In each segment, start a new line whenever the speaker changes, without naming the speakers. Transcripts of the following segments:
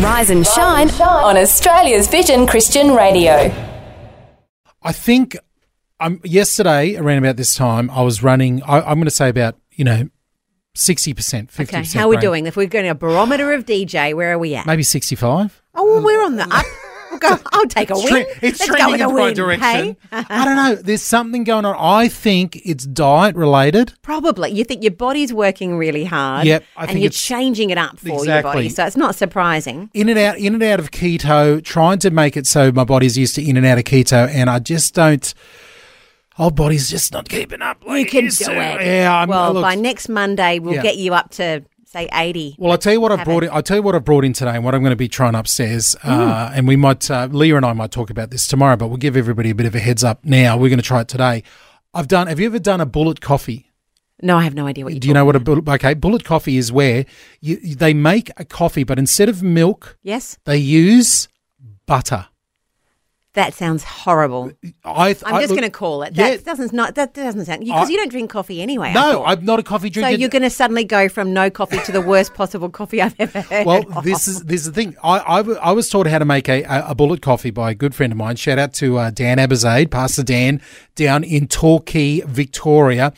Rise and shine, on Australia's Vision Christian Radio.
I think um, yesterday, around about this time, I was running, I, I'm going to say about, you know, 60%, 50%.
Okay, how are we
range.
doing? If we're going to a barometer of DJ, where are we at?
Maybe 65.
Oh, well, we're on the up. We'll go, I'll take a win.
It's tre- It's
Let's
trending
go
in
with a
the right
win,
direction.
hey?
I don't know. There's something going on. I think it's diet related.
Probably. You think your body's working really hard.
Yep, I
and
think
you're
it's-
changing it up for your
Exactly.
body. So it's not surprising.
In and out, in and out of keto, trying to make it so my body's used to in and out of keto, and I just don't. Our body's just not keeping up. Like
You can
used
do
to.
it.
Yeah, I'm,
well,
look,
by next Monday, we'll
Yeah.
get you up to, say, 80.
Well, I tell you what I've
have
brought
it.
in. I tell you what I've brought in today, and what I'm going to be trying upstairs.
Hmm.
Uh, and we might uh, Leah and I might talk about this tomorrow, but we'll give everybody a bit of a heads up now. We're going to try it today. I've done. Have you ever done a bullet coffee?
No, I have no idea what you're
Do you know
talking
what a
about.
bullet? Okay, bullet coffee is where you, you- they make a coffee, but instead of milk,
Yes?
they use butter.
That sounds horrible.
I,
I'm just going to call it. That doesn't not that doesn't sound because
I-
you don't drink coffee anyway. I
No,
thought.
I'm not a coffee
so
drinker.
you're going to suddenly go from no coffee to the worst possible coffee I've ever heard.
well,
of.
this is this is the thing. I, I, w- I was taught how to make a, a, a bullet coffee by a good friend of mine. Shout out to uh, Dan Abizade, Pastor Dan, down in Torquay, Victoria.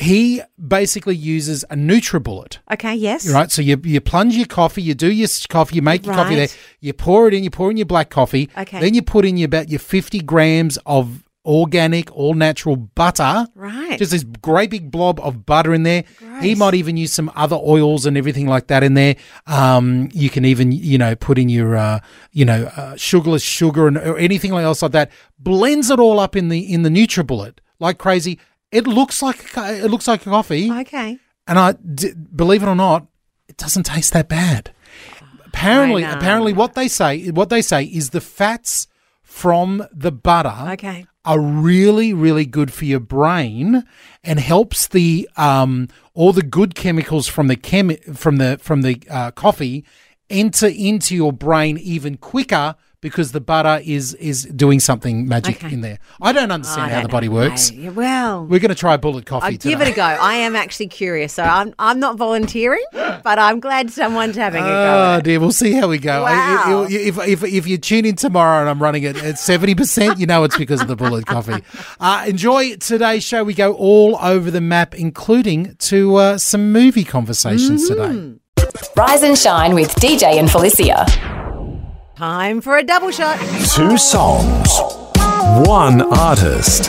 He basically uses a NutriBullet.
okay. Yes,
Right, so you, you plunge your coffee, you do your s- coffee, you make your coffee there,
Right.
you pour it in, you pour in your black coffee,
Okay.
then you put in your about your fifty grams of organic, all natural butter,
Right.
Just this great big blob of butter in there. He
Gross.
might even use some other oils and everything like that in there. Um, you can even you know put in your uh, you know uh, sugarless sugar and or anything else like that. Blends it all up in the in the NutriBullet like crazy. It looks like a co- it looks like a coffee.
Okay.
And I d- believe it or not, it doesn't taste that bad. Apparently,
I know.
apparently, what they say, what they say is the fats from the butter
Okay.
are really, really good for your brain and helps the um, all the good chemicals from the chemi- from the from the uh, coffee enter into your brain even quicker because the butter is is doing something magic
Okay.
in there. I don't understand
I
how
don't
the body
know.
works.
I- well,
We're going to try bullet coffee
I'll
today.
give it a go. I am actually curious, so I'm I'm not volunteering, but I'm glad someone's having a go.
Oh
At it.
dear, we'll see how we go. I-
Wow.
I- If, if, if you tune in tomorrow and I'm running it at seventy percent, you know it's because of the bullet coffee. Uh, enjoy today's show. We go all over the map, including to uh, some movie conversations today.
Rise and shine with DJ and Felicia.
Time for a double shot.
two songs,
One artist.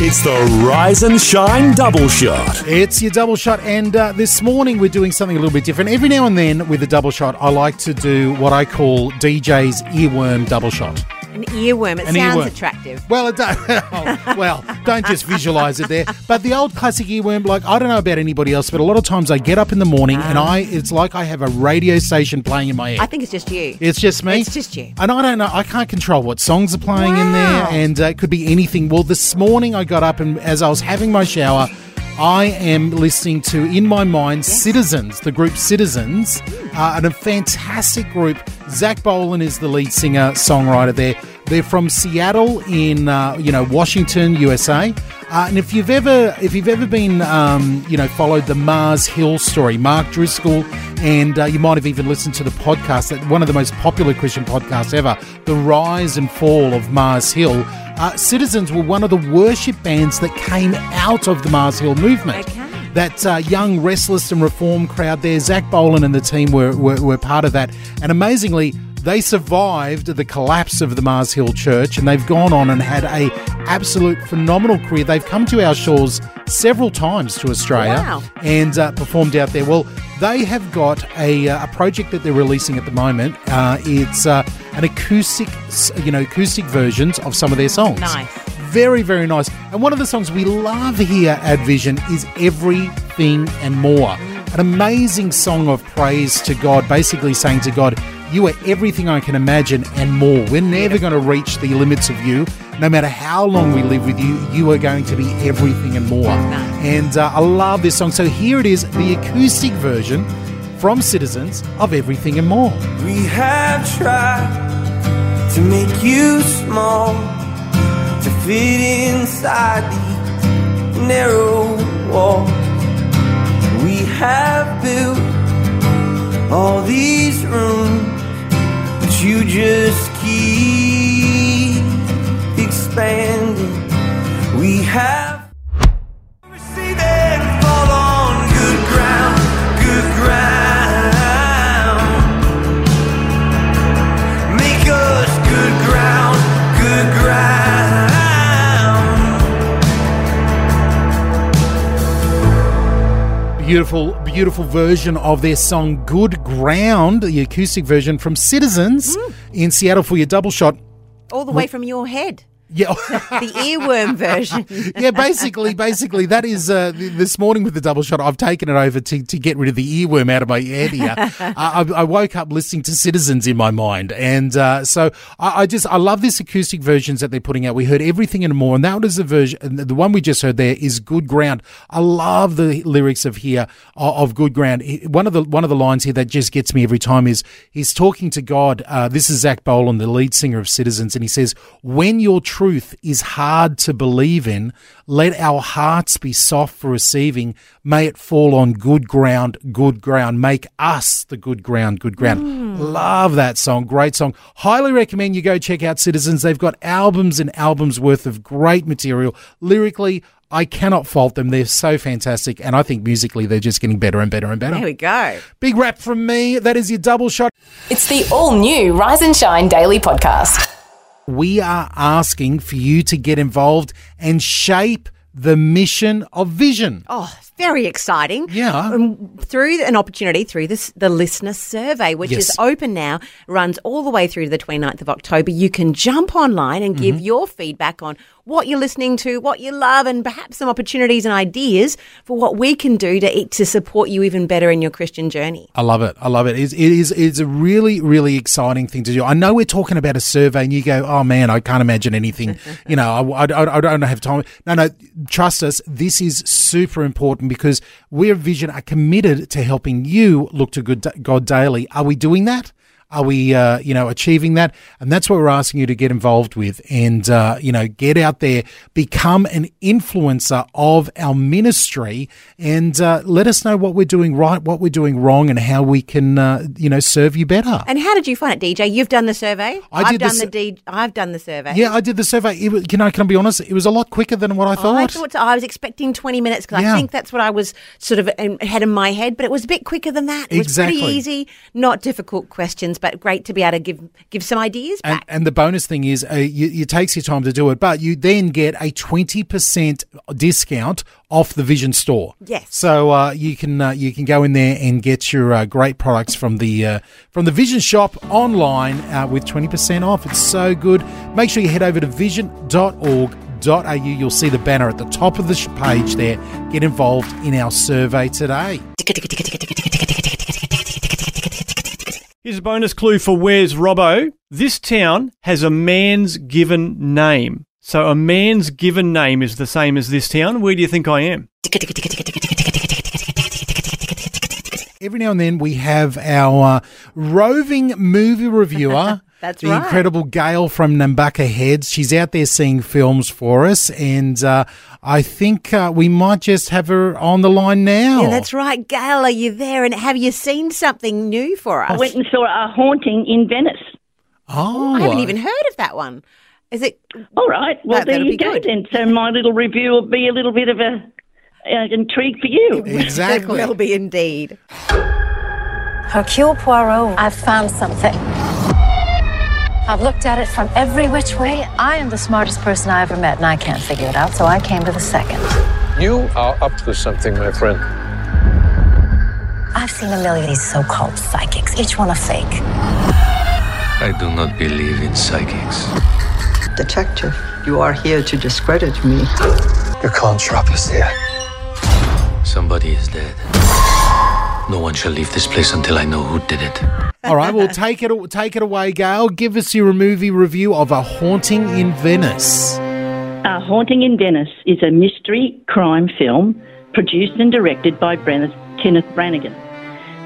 It's the Rise and Shine Double Shot.
It's your double shot, and uh, this morning we're doing something a little bit different. Every now and then with a double shot, I like to do what I call DJ's earworm double shot.
An earworm. It
An
sounds
earworm.
attractive.
Well, it does. well, don't just visualize it there. But the old classic earworm, like I don't know about anybody else, but a lot of times I get up in the morning and I, it's like I have a radio station playing in my ear.
I think it's just you.
it's just me.
It's just you.
And I don't know. I can't control what songs are playing in there,
Wow.
and uh, it could be anything. Well, this morning I got up and as I was having my shower. I am listening to, in my mind, Citizens, the group Citizens,
Hmm.
uh, and a fantastic group. Zach Bolan is the lead singer, songwriter there. They're from Seattle in, uh, you know, Washington, USA. Uh, and if you've ever, if you've ever been, um, you know, followed the Mars Hill story, Mark Driscoll, and uh, you might have even listened to the podcast, that one of the most popular Christian podcasts ever, the rise and fall of Mars Hill. Uh, Citizens were one of the worship bands that came out of the Mars Hill movement.
Okay.
That uh, young, restless, and reform crowd there, Zach Bolan and the team were, were, were part of that. And amazingly, they survived the collapse of the Mars Hill Church and they've gone on and had a absolute phenomenal career. They've come to our shores several times to Australia
Wow.
and uh, performed out there. Well, they have got a, uh, a project that they're releasing at the moment. Uh, it's uh, an acoustic, s- you know, acoustic versions of some of their songs.
Nice.
Very, very nice. And one of the songs we love here at Vision is Everything and More. an amazing song of praise to God, basically saying to God, You are everything I can imagine and more. We're never going to reach the limits of you. No matter how long we live with you, you are going to be everything and more. And uh, I love this song. So here it is, the acoustic version from Citizens of Everything and More.
We have tried to make you small, to fit inside the narrow wall. We have built all these rooms, but you just keep expanding. We have receded, fall on good ground, good ground. Make us good ground, good ground.
Beautiful, beautiful version of their song Good Ground, the acoustic version from Citizens in Seattle for your double shot.
All the way from your head.
Yeah.
The earworm version.
yeah, basically, basically, that is uh, th- this morning with the double shot. I've taken it over to, to get rid of the earworm out of my head here. I, I- I woke up listening to Citizens in my mind, and uh, so I, I just I love this acoustic versions that they're putting out. We heard everything and more, and that was the version. The one we just heard there is "Good Ground." I love the lyrics of here o- of "Good Ground." It- One of the one of the lines here that just gets me every time is he's talking to God. Uh, this is Zach Bolan, the lead singer of Citizens, and he says, "When your truth is hard to believe in, let our hearts be soft for receiving. May it fall on good ground, good ground. Make us the good ground, good ground."
Mm.
Love that song, great song. Highly recommend you go check out Citizens. They've got albums and albums worth of great material lyrically. I cannot fault them. They're so fantastic. And I think musically, they're just getting better and better and better.
There we go.
Big rap from me. That is your double shot.
It's the all new Rise and Shine Daily Podcast.
We are asking for you to get involved and shape the mission of vision.
Oh, it's very exciting.
Yeah.
Um, through an opportunity through this, the listener survey, which
Yes.
is open now, runs all the way through to the 29th of October. You can jump online and
Mm-hmm.
give your feedback on what you're listening to, what you love, and perhaps some opportunities and ideas for what we can do to, to support you even better in your Christian journey.
I love it. I love it. It's, it is it's a really really exciting thing to do. I know we're talking about a survey, and you go, "Oh man, I can't imagine anything." you know, I, I- I don't have time. No, no, trust us. This is super important because we at Vision are committed to helping you look to good God daily. Are we doing that? Are we, uh, you know, achieving that? And that's what we're asking you to get involved with, and uh, you know, get out there, become an influencer of our ministry, and uh, let us know what we're doing right, what we're doing wrong, and how we can, uh, you know, serve you better.
And how did you find it, DJ? You've done the survey.
I
have
did the
done
su-
the, D- I've done the survey.
yeah, I did the survey. It was, can I can I be honest? It was a lot quicker than what I thought.
Oh, I thought so. I was expecting 20 minutes because
Yeah.
I think that's what I was sort of um, had in my head, but it was a bit quicker than that. It was
Exactly.
pretty easy, not difficult questions, but great to be able to give give some ideas
and,
back.
and the bonus thing is, uh, you, it takes your time to do it, but you then get a twenty percent discount off the Vision Store.
Yes.
So uh, you can uh, you can go in there and get your uh, great products from the uh, from the Vision Shop online uh, with twenty percent off. It's so good. Make sure you head over to vision.org. au. You'll see the banner at the top of the sh- page there. Get involved in our survey today.
Here's a bonus clue for Where's Robbo. This town has a man's given name. So a man's given name is the same as this town. Where do you think I am?
Every now and then we have our uh, roving movie reviewer.
That's
the
right.
incredible Gail from Nambucca Heads. She's out there seeing films for us, and uh, I think uh, we might just have her on the line now.
yeah, that's right. Gail, are you there? And have you seen something new for us?
I went and saw a haunting in Venice.
Oh,
I haven't even heard of that one. Is it?
All right. Well,
That-
there
that'll be
you go
good.
then. So my little review will be a little bit of a uh, intrigue for you.
exactly.
It will be indeed.
Hercule Poirot, I've found something. I've looked at it from every which way. I am the smartest person I ever met, and I can't figure it out, so I came to the second.
You are up to something, my friend.
I've seen a million of these so called psychics, each one a fake.
I do not believe in psychics.
Detective, you are here to discredit me.
You can't trap us here. Somebody is dead. No one shall leave this place until I know who did it.
All right, well, take it take it away, Gail. Give us your movie review of A Haunting in Venice.
A Haunting in Venice is a mystery crime film produced and directed by Brenna, Kenneth Branagh.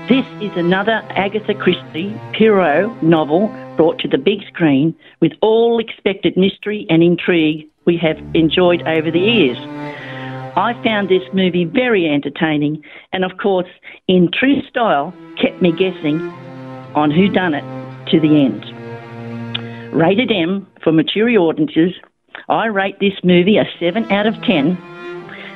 This is another Agatha Christie Pierrot novel brought to the big screen with all expected mystery and intrigue we have enjoyed over the years. I found this movie very entertaining and, of course, in true style, kept me guessing on who done it to the end. Rated M for mature audiences, I rate this movie a 7 out of 10.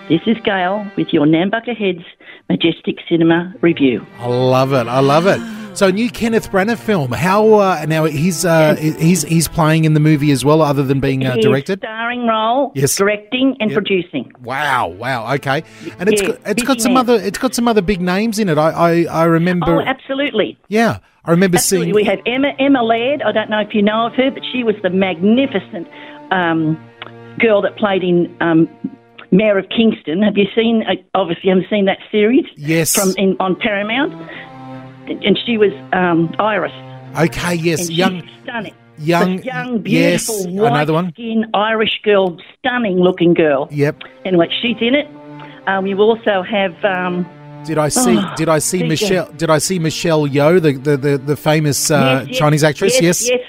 This is Gail with your Nambucca Heads Majestic Cinema Review.
I love it. I love it. So, new Kenneth Branagh film. How uh, now? He's uh, he's he's playing in the movie as well, other than being uh,
His
directed.
starring role,
Yes.
directing and
Yep.
producing.
Wow! Wow! Okay, and it's
Yeah,
got, it's got
busy
some
man.
other it's got some other big names in it. I I, I remember.
Oh, absolutely.
yeah, I remember
Absolutely.
seeing.
We have Emma Emma Laird. I don't know if you know of her, but she was the magnificent um, girl that played in um, Mayor of Kingston. Have you seen? I obviously, haven't seen that series.
Yes.
From in, on Paramount, and she was um, Iris.
okay, yes,
and she's
young
stunning.
young-
The young,
yes,
beautiful,
another one.
white-skinned Irish girl, stunning looking girl.
Yep.
Anyway, she's in it. Um, you also have. Um,
Did I see?
Oh,
did I see
big
Michelle?
game.
Did I see Michelle Yeoh, the the the, the famous uh,
Yes, yes,
Chinese actress? Yes,
Yes.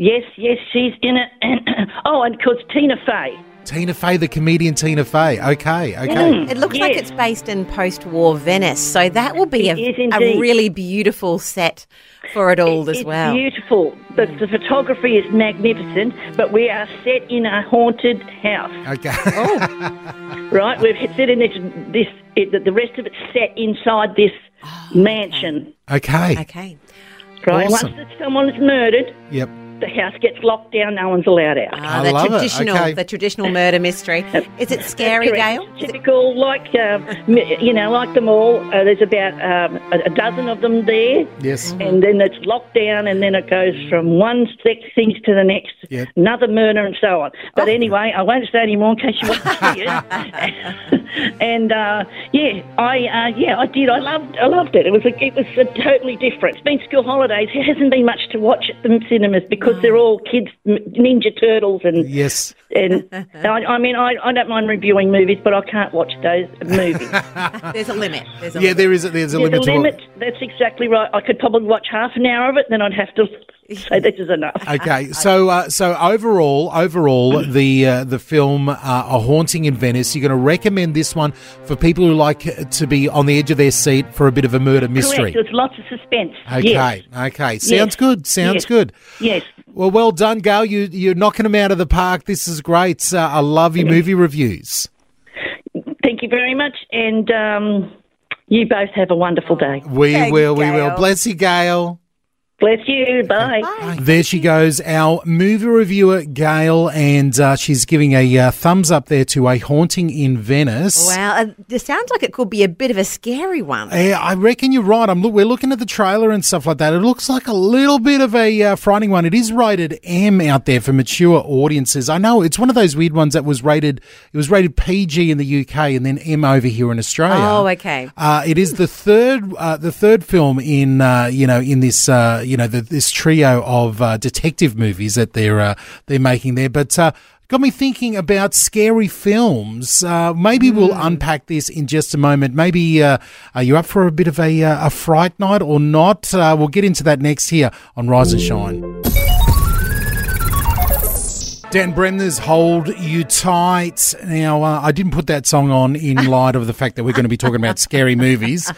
Yes, yes, she's in it. And oh, and of course, Tina Fey.
Tina Fey, the comedian Tina Fey. Okay, okay.
Mm.
It looks like it's based in post war Venice, so that will be a,
It is
a
indeed.
really beautiful set for it all as
it's
well.
beautiful. The, the photography is magnificent, but we are set in a haunted house, Oh.
Okay.
right? We've set in this. this it, the- the rest of it's set inside this mansion,
okay.
Okay.
right?
Awesome.
Once that someone is murdered,
Yep.
the house gets locked down. No one's allowed out.
Ah,
I
the
love it.
traditional,
Okay.
the traditional murder mystery. Is it scary,
Correct.
Gail?
Typical, like uh, m- you know, like them all. Uh, there's about um, a, a dozen of them there,
Yes.
and then it's locked down, and then it goes from one sex thing to the next,
Yeah.
another murder, and so on.
Oh.
But anyway, I won't say any more in case you want to see it. and uh, yeah, I uh, yeah, I did. I loved, I loved it. It was a, it was a totally different. It's been school holidays. There hasn't been much to watch at the cinemas because they're all kids, m- Ninja Turtles, and
Yes.
and I, I mean, I, I don't mind reviewing movies, but I can't watch those movies.
There's a limit. There's a
Yeah,
limit.
there is a, there's a
There's
limit.
a
to what-
limit. That's exactly right. I could probably watch half an hour of it, then I'd have to say this is enough.
Okay, so uh, so overall, overall, the uh, the film uh, A Haunting in Venice. You're going to recommend this one for people who like to be on the edge of their seat for a bit of a murder mystery.
Correct. There's lots of suspense.
Okay,
Yes.
okay, sounds
Yes.
good. Sounds
Yes.
good.
Yes.
Well, well done, Gail. You you're knocking them out of the park. This is great. Uh, I love your movie reviews.
Thank you very much, and um, you both have a wonderful day.
We
Thanks,
will. We will.
Gail.
Bless you, Gail.
Bless you. Bye.
There she goes, our movie reviewer Gail, and uh, she's giving a uh, thumbs up there to a haunting in Venice.
Wow, uh, this sounds like it could be a bit of a scary one.
Yeah, I reckon you're right. I'm look. We're looking at the trailer and stuff like that. It looks like a little bit of a uh, frightening one. It is rated M out there for mature audiences. I know it's one of those weird ones that was rated. It was rated PG in the UK and then M over here in Australia.
Oh, okay.
Uh, it is the third, uh, the third film in uh, you know in this uh, you know the, this trio of uh, detective movies that they're uh, they're making there, but. Uh, Got me thinking about scary films. Uh, maybe we'll unpack this in just a moment. Maybe uh, are you up for a bit of a, uh, a fright night or not? Uh, we'll get into that next here on Rise and Shine. Dan Bremner's Hold You Tight. Now, uh, I didn't put that song on in light of the fact that we're going to be talking about scary movies,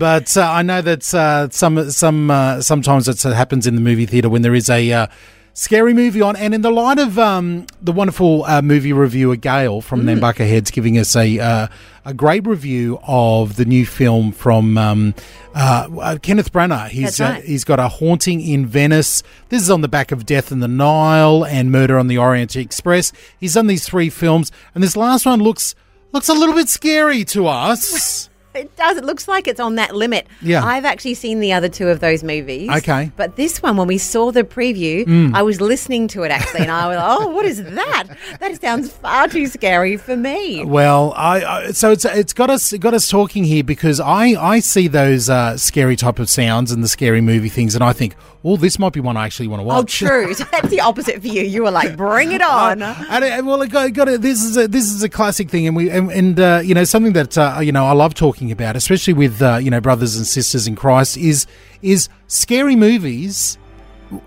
but uh, I know that uh, some some uh, sometimes it happens in the movie theater when there is a uh, scary movie on. And in the light of um, the wonderful uh, movie reviewer Gail from
Mm.
Nambucca Heads giving us a uh, a great review of the new film from um, uh, uh, Kenneth Branagh. He's
That's right.
uh, He's got a haunting in Venice. This is on the back of Death in the Nile and Murder on the Orient Express. He's done these three films, and this last one looks looks a little bit scary to us.
It does. It looks like it's on that limit.
Yeah.
I've actually seen the other two of those movies.
Okay.
But this one, when we saw the preview,
Mm.
I was listening to it actually, and I was like, oh, what is that? That sounds far too scary for me. Oh,
Well, I, I so it's it's got us it got us talking here because I I see those uh, scary type of sounds and the scary movie things, and I think, oh, this might be one I actually want to
Oh,
watch.
true. So that's the opposite for you. You were like, bring it on.
And uh, well, it got, it got it. This is a, this is a classic thing, and we and, and uh, you know something that uh, you know I love talking about, especially with uh, you know brothers and sisters in Christ, is is scary movies.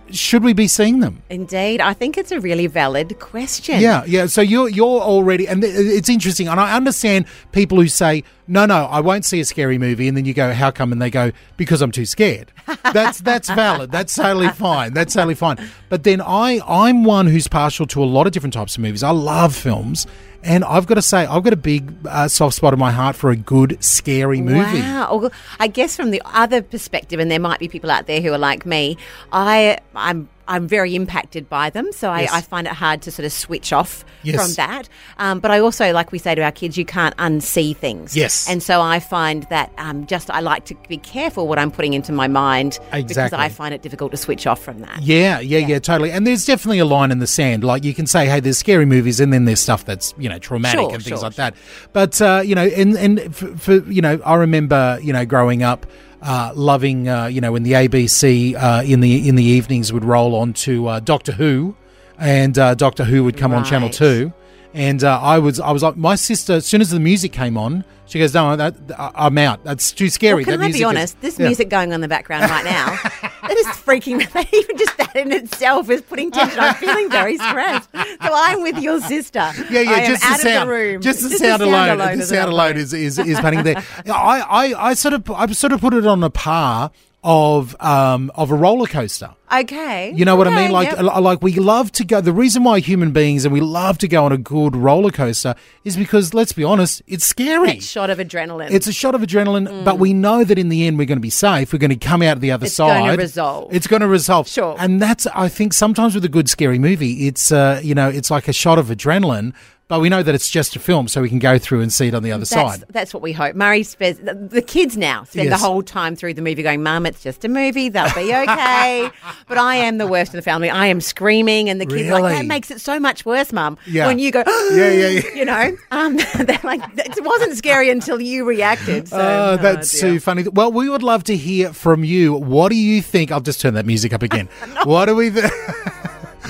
Should we be seeing them?
Indeed. I think it's a really valid question.
Yeah, yeah. So you're you're already, and th- it's interesting. And I understand people who say, "No, no, I won't see a scary movie," and then you go, "How come?" And they go, "Because I'm too scared." That's that's valid. That's totally fine. That's totally fine. But then I I'm one who's partial to a lot of different types of movies. I love films, and I've got to say I've got a big uh, soft spot in my heart for a good scary movie.
Wow. Well, I guess from the other perspective, and there might be people out there who are like me, I I'm I'm very impacted by them, so I,
Yes.
I find it hard to sort of switch off
Yes.
from that. Um, but I also, like we say to our kids, you can't unsee things.
Yes.
And so I find that um, just I like to be careful what I'm putting into my mind because
Exactly.
I find it difficult to switch off from that.
Yeah, yeah, yeah, totally. And there's definitely a line in the sand. Like you can say, "Hey, there's scary movies," and then there's stuff that's you know traumatic
Sure,
and things
sure,
like that. But uh, you know, and and for, for you know, I remember you know growing up. Uh, loving, uh, you know, when the ABC uh, in the in the evenings would roll on to uh, Doctor Who, and uh, Doctor Who would come on Channel
Right.
Two, and uh, I was I was like, my sister, as soon as the music came on, she goes, "No, that, I- I'm out. That's too scary."
Well, can
that
I
music
be
is-"
honest? this
Yeah.
music going on in the background right now, that is freaking me. out. Even just that in itself is putting tension. I'm feeling very stressed. So I'm with your sister.
Yeah, yeah,
I am
just
out
the sound,
of the room.
just the sound alone, the
is
sound
enough.
alone is is is painting there. Yeah, I, I I sort of I sort of put it on a par of um of a roller coaster.
Okay.
You know what I
Okay,
mean? Like,
yep.
li- like we love to go. The reason why human beings and we love to go on a good roller coaster is because, let's be honest, it's scary.
that shot of adrenaline.
It's a shot of adrenaline, but we know that in the end we're going to be safe. We're going to come out the other
It's
side.
gonna resolve.
It's going to resolve. Sure. And that's I think sometimes with a good scary movie, it's uh, you know it's like a shot of adrenaline, but we know that it's just a film, so we can go through and see it on the other
that's,
side.
that's what we hope. Murray spends the, the kids now spend
Yes.
the whole time through the movie going, "Mum, it's just a movie. They'll be okay." but I am the worst in the family. I am screaming, and the kids are like that
Really?
makes it so much worse, Mum.
Yeah.
When you go,
Yeah, yeah, yeah.
you know, um, they're like, "It wasn't scary until you reacted." So
oh, that's too funny. Well, we would love to hear from you. What do you think? I'll just turn that music up again. What do we? Th-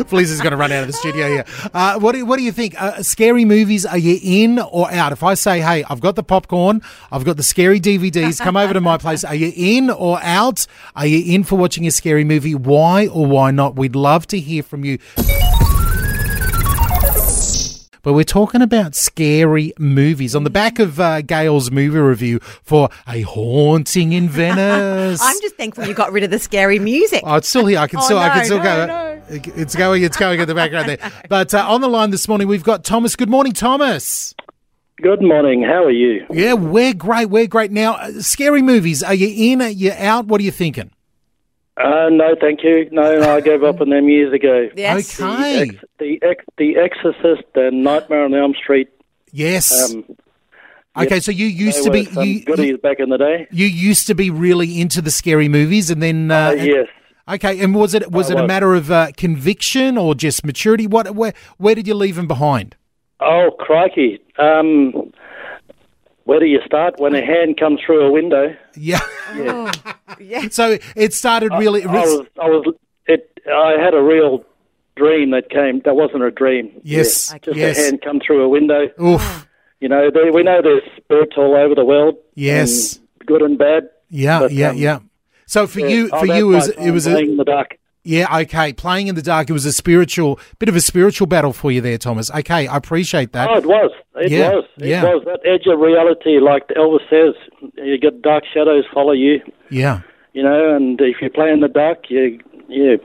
Feliz is going to run out of the studio here. Uh, what do What do you think? Uh, scary movies? Are you in or out? If I say, "Hey, I've got the popcorn, I've got the scary DVDs, come over to my place." Are you in or out? Are you in for watching a scary movie? Why or why not? We'd love to hear from you. But we're talking about scary movies on the back of uh, Gail's movie review for A Haunting in Venice.
I'm just thankful you got rid of the scary music.
Oh, it's still here. I can
Oh,
still, I
no,
can still
no,
go. It's going, it's going in the background there. But uh, on the line this morning, we've got Thomas. Good morning, Thomas.
Good morning. How are you?
Yeah, we're great. We're great. Now, uh, scary movies. Are you in? Are you out? What are you thinking?
Uh, no, thank you. No, no, I gave up on them years ago.
Yes. Okay.
The, ex, the, ex, the Exorcist and Nightmare on Elm Street.
Yes.
Um,
Okay, so you used to be- you-
goodies back in the day.
You used to be really into the scary movies, and then uh, and-
yes.
Okay, and was it was
I
it a
was.
matter of uh, conviction or just maturity? What where where did you leave him behind?
Oh crikey! Um, where do you start when a hand comes through a window?
Yeah.
Yeah.
Oh. So it started really.
I, I was. I was. It. I had a real dream that came. That wasn't a dream.
Yes,
Yeah, just
yes.
a hand come through a window. Ah.
Oof.
You know, they, we know there's spirits all over the world.
Yes.
and good and bad.
yeah,
But,
yeah,
um,
yeah. So for
yeah,
you,
oh,
for
that's
you, it was
like,
it
um,
was
playing in
a
the dark.
yeah. Okay, playing in the dark. It was a spiritual bit of a spiritual battle for you there, Thomas. Okay, I appreciate that.
Oh, it was. It
Yeah,
was. It
yeah.
was that edge of reality, like Elvis says. You get dark shadows follow you.
Yeah.
You know, and if you play in the dark, you you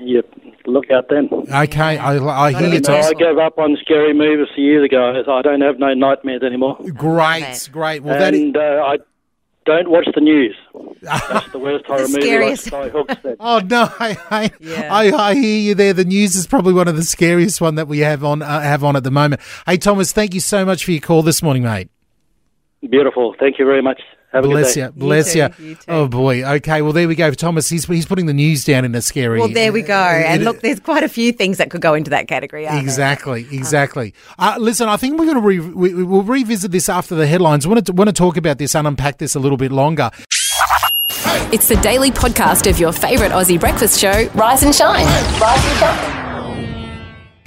you look out then.
Okay, I, I hear you,
No,
Thomas.
I gave up on scary movies years ago. I don't have no nightmares anymore.
Great, great. Well, that is,
and uh, I don't watch the news. That's the worst horror movie. Like
scariest.
Sky Hook said.
Oh no, I I, I I hear you there. The news is probably one of the scariest one that we have on uh, have on at the moment. Hey Thomas, thank you so much for your call this morning, mate.
Beautiful. Thank you very much. Have
bless
a
you,
good day.
bless you. Oh boy. Okay. Well, there we go. For Thomas, he's he's putting the news down in a scary.
Well, there we go. And
it-
look, there's quite a few things that could go into that category. aren't there?
Exactly,
Uh-huh.
exactly. Uh, listen, I think we're going to re- we, we- we'll revisit this after the headlines. We want to want to talk about this and unpack this a little bit longer.
It's the daily podcast of your favourite Aussie breakfast show, Rise and Shine. Rise and Shine.